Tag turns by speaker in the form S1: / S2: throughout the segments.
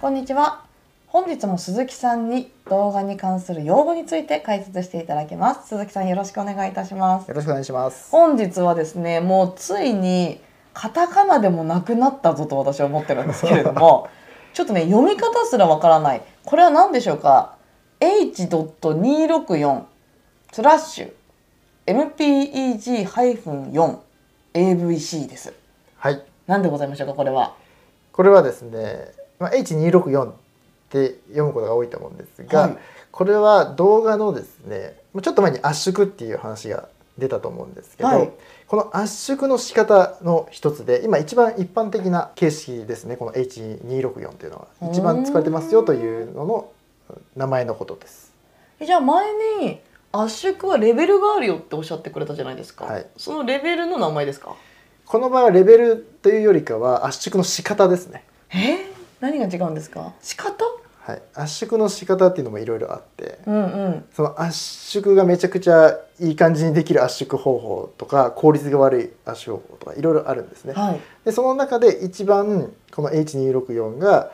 S1: こんにちは。本日も鈴木さんに動画に関する用語について解説していただきます。鈴木さんよろしくお願いいたします。
S2: よろしくお願いします。
S1: 本日はですね、もうついにカタカナでもなくなったぞと私は思ってるんですけれども、ちょっとね、読み方すらわからない。これは何でしょうか ?h.264 スラッシュ mpeg-4 avc です。
S2: はい。
S1: 何でございましょうかこれは。
S2: これはですね、まあ、H264 って読むことが多いと思うんですが、
S1: はい
S2: これは動画のですね、もうちょっと前に圧縮っていう話が出たと思うんですけど、
S1: はい
S2: この圧縮の仕方の一つで、今一番一般的な形式ですね、この H264 っていうのは。一番使われてますよというのの名前のことです。
S1: えじゃあ前に圧縮はレベルがあるよっておっしゃってくれたじゃないですか、
S2: はい
S1: そのレベルの名前ですか
S2: この場合はレベルというよりかは圧縮の仕方ですね。
S1: えー何が違うんですか仕方
S2: はい、圧縮の仕方っていうのもいろいろあって、
S1: うんうん
S2: その圧縮がめちゃくちゃいい感じにできる圧縮方法とか効率が悪い圧縮方法とかいろいろあるんですね。
S1: はい
S2: でその中で一番この H264 が、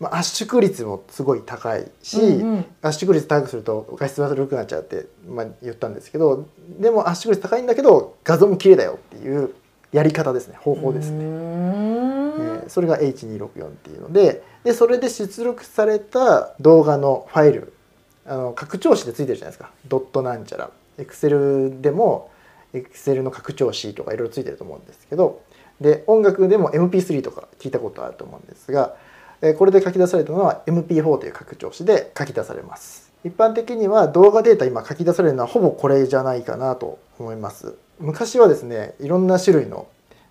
S2: まあ、圧縮率もすごい高いし、
S1: うんうん
S2: 圧縮率高くすると画質悪くなっちゃうって、まあ、言ったんですけどでも圧縮率高いんだけど画像も綺麗だよっていうやり方ですね方法ですね。
S1: うー
S2: え
S1: ん
S2: ーそれが H264 っていうのででそれで出力された動画のファイルあの拡張子でついてるじゃないですかドットなんちゃら Excel でも Excel の拡張子とかいろいろついてると思うんですけどで音楽でも MP3 とか聞いたことあると思うんですが、えーこれで書き出されたのは MP4 という拡張子で書き出されます一般的には動画データ今書き出されるのはほぼこれじゃないかなと思います昔はですねいろんな種類の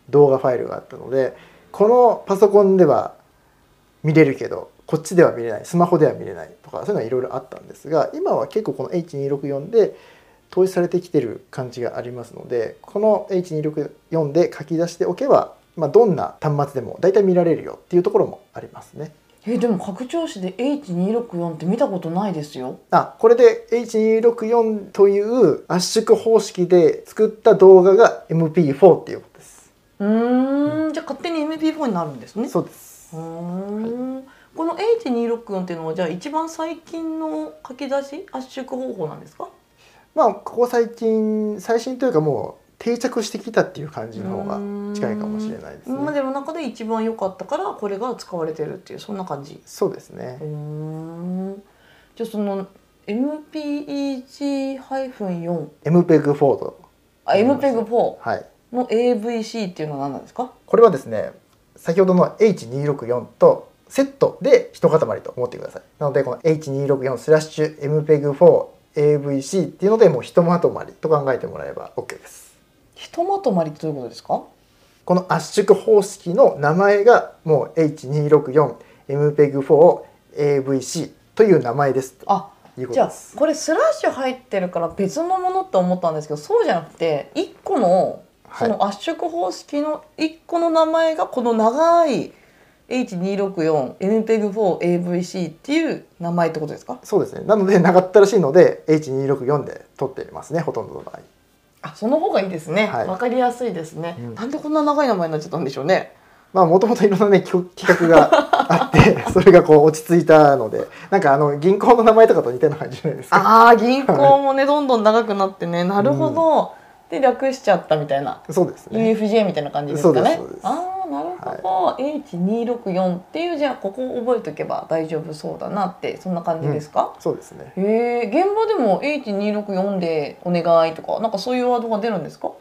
S2: 動画ファイルがあったのでこのパソコンでは見れるけどこっちでは見れないスマホでは見れないとかそういうのはいろいろあったんですが今は結構この H264 で統一されてきてる感じがありますのでこの H264 で書き出しておけば、まあ、どんな端末でも大体見られるよっていうところもありますね。
S1: えでも拡張子で H264 って見たことないですよ
S2: あこれで H264 という圧縮方式で作った動画が MP4 っていうことです。
S1: うーんじゃあ勝手に MP4 になるんですね
S2: そうです
S1: うーんこの H264 っていうのはじゃあ一番最近の書き出し圧縮方法なんですか
S2: まあここ最近最新というかもう定着してきたっていう感じの方が近いかもしれないですね。
S1: 今までの中で一番良かったからこれが使われてるっていうそんな感じ
S2: そうですね。
S1: じゃあその MPEG-4
S2: MPEG4 と
S1: あ MPEG4
S2: はい。
S1: の AVC っていうのは何なんですか
S2: これはですね、先ほどの H264 とセットで一塊と思ってください。なのでこの H264 スラッシュ MPEG4 AVC っていうのでもう一まとまりと考えてもらえば OK です。
S1: ひとまとまりってどういうことですか
S2: この圧縮方式の名前がもう H264 MPEG4 AVC という名前です。
S1: あ
S2: というこ
S1: じ
S2: と
S1: ゃ
S2: で
S1: あ
S2: す。
S1: これスラッシュ入ってるから別のものって思ったんですけどそうじゃなくて1個の
S2: は
S1: そ
S2: い
S1: の圧縮方式の1個の名前がこの長い H264MPEG4AVC っていう名前ってことですか
S2: そうですね。なので長ったらしいので H264 で取ってますね。ほとんどの場合。
S1: あその方がいいですね、
S2: はい
S1: わかりやすいですね、
S2: うん
S1: なんでこんな長い名前になっちゃったんでしょうね
S2: まあもともといろんなね企企画があって それがこう落ち着いたのでなんかあの銀行の名前とかと似たような感じじゃないですか
S1: あー銀行もねどんどん長くなってねなるほど、で略しちゃったみたいな
S2: そうですね
S1: UFJ みたいな感じですかね
S2: そうですそうです
S1: ああなるほど、H264 っていうじゃあここを覚えとけば大丈夫そうだなってそんな感じですか、
S2: そうですね
S1: へえ現場でも H264 でお願いとかなんかそういうワードが出るんですか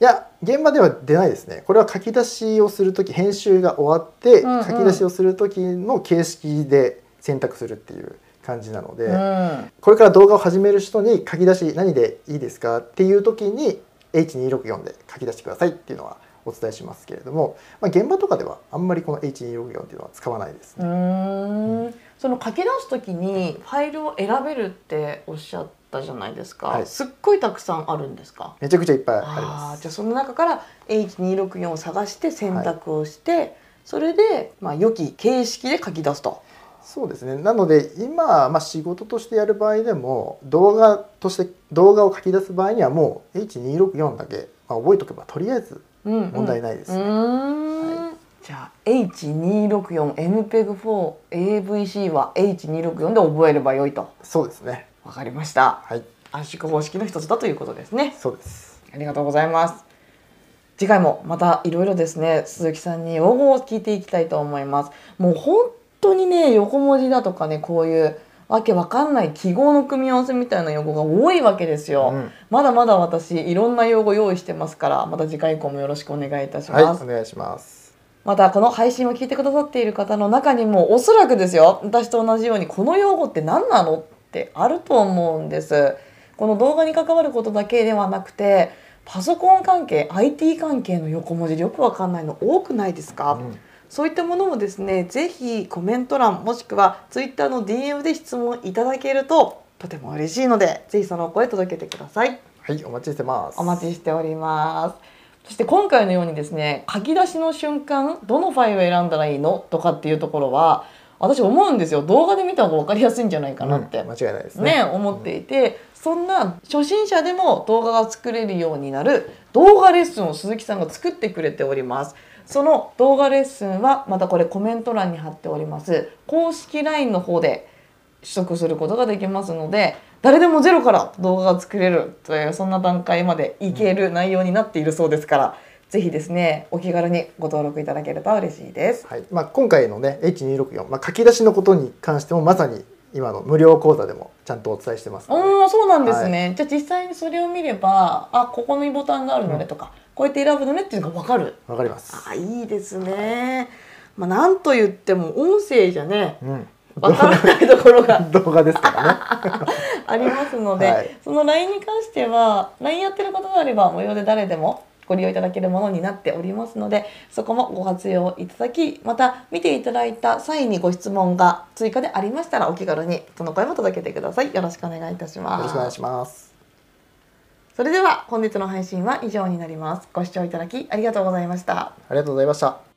S2: いや現場では出ないですねこれは書き出しをする時編集が終わって、
S1: うんうん
S2: 書き出しをする時の形式で選択するっていう感じなので、
S1: うん
S2: これから動画を始める人に書き出し何でいいですかっていう時に H264 で書き出してくださいっていうのはお伝えしますけれども、まあ、現場とかではあんまりこの H264 っていうのは使わないです
S1: う
S2: ね。
S1: ーんその書き出す時にファイルを選べるっておっしゃったじゃないですか、
S2: はい
S1: すっごいたくさんあるんですか
S2: めちゃくちゃいっぱいあり
S1: あ
S2: ま
S1: ー
S2: す
S1: じゃあその中から H264 を探して選択をして、それで、まあ、良き形式で書き出すと。
S2: そうですねなので今、まあ、仕事としてやる場合でも動画として動画を書き出す場合にはもう H264 だけ、まあ、覚えとけばとりあえず
S1: うんうん
S2: 問題ないですね
S1: うーんじゃあ H264MPEG4AVC は H264 で覚えればよいと
S2: そうですね
S1: わかりました
S2: はい
S1: 圧縮方式の一つだということですね
S2: そうです
S1: ありがとうございます次回もまたいろいろですね鈴木さんに用語を聞いていきたいと思いますもう本当にね横文字だとかねこういうわけわかんない記号の組み合わせみたいな用語が多いわけですよ、
S2: うん
S1: まだまだ私いろんな用語用意してますからまた次回以降もよろしくお願いいたします、
S2: はいお願いします
S1: またこの配信を聞いてくださっている方の中にもおそらくですよ私と同じようにこの用語って何なのってあると思うんですこの動画に関わることだけではなくてパソコン関係 IT 関係の横文字よくわかんないの多くないですか、
S2: うん
S1: そういったものもですねぜひコメント欄もしくは Twitter の DM で質問いただけるととても嬉しいのでぜひそのお声届けてください
S2: はいお待ちしてます
S1: お待ちしております。そして今回のようにですね書き出しの瞬間どのファイルを選んだらいいのとかっていうところは私思うんですよ動画で見た方が分かりやすいんじゃないかなって、
S2: うん間違いないですね
S1: ね思っていて、そんな初心者でも動画が作れるようになる動画レッスンを鈴木さんが作ってくれておりますその動画レッスンはまたこれコメント欄に貼っております公式 LINE の方で取得することができますので誰でもゼロから動画が作れるというそんな段階までいける内容になっているそうですから、ぜひですねお気軽にご登録いただけると嬉しいです
S2: はいまあ、今回のね H264、まあ、書き出しのことに関してもまさに今の無料講座でもちゃんとお伝えしてますので
S1: おおそうなんですね、じゃあ実際にそれを見ればあここにボタンがあるのねとか、こうやって選ぶのねっていうのが分かる
S2: わかります、
S1: あいいですね、まあ、なんと言っても音声じゃ ね
S2: うん、
S1: 分からないところが
S2: 動画ですからね
S1: ありますので、
S2: はい
S1: その LINE に関しては LINE やってる方であれば無料で誰でもご利用いただけるものになっておりますのでそこもご活用いただきまた見ていただいた際にご質問が追加でありましたらお気軽にその声も届けてくださいよろしくお願いいたし
S2: よろ
S1: ま
S2: しく
S1: す
S2: お願いします
S1: それでは本日の配信は以上になりますご視聴いただきありがとうございました
S2: ありがとうございました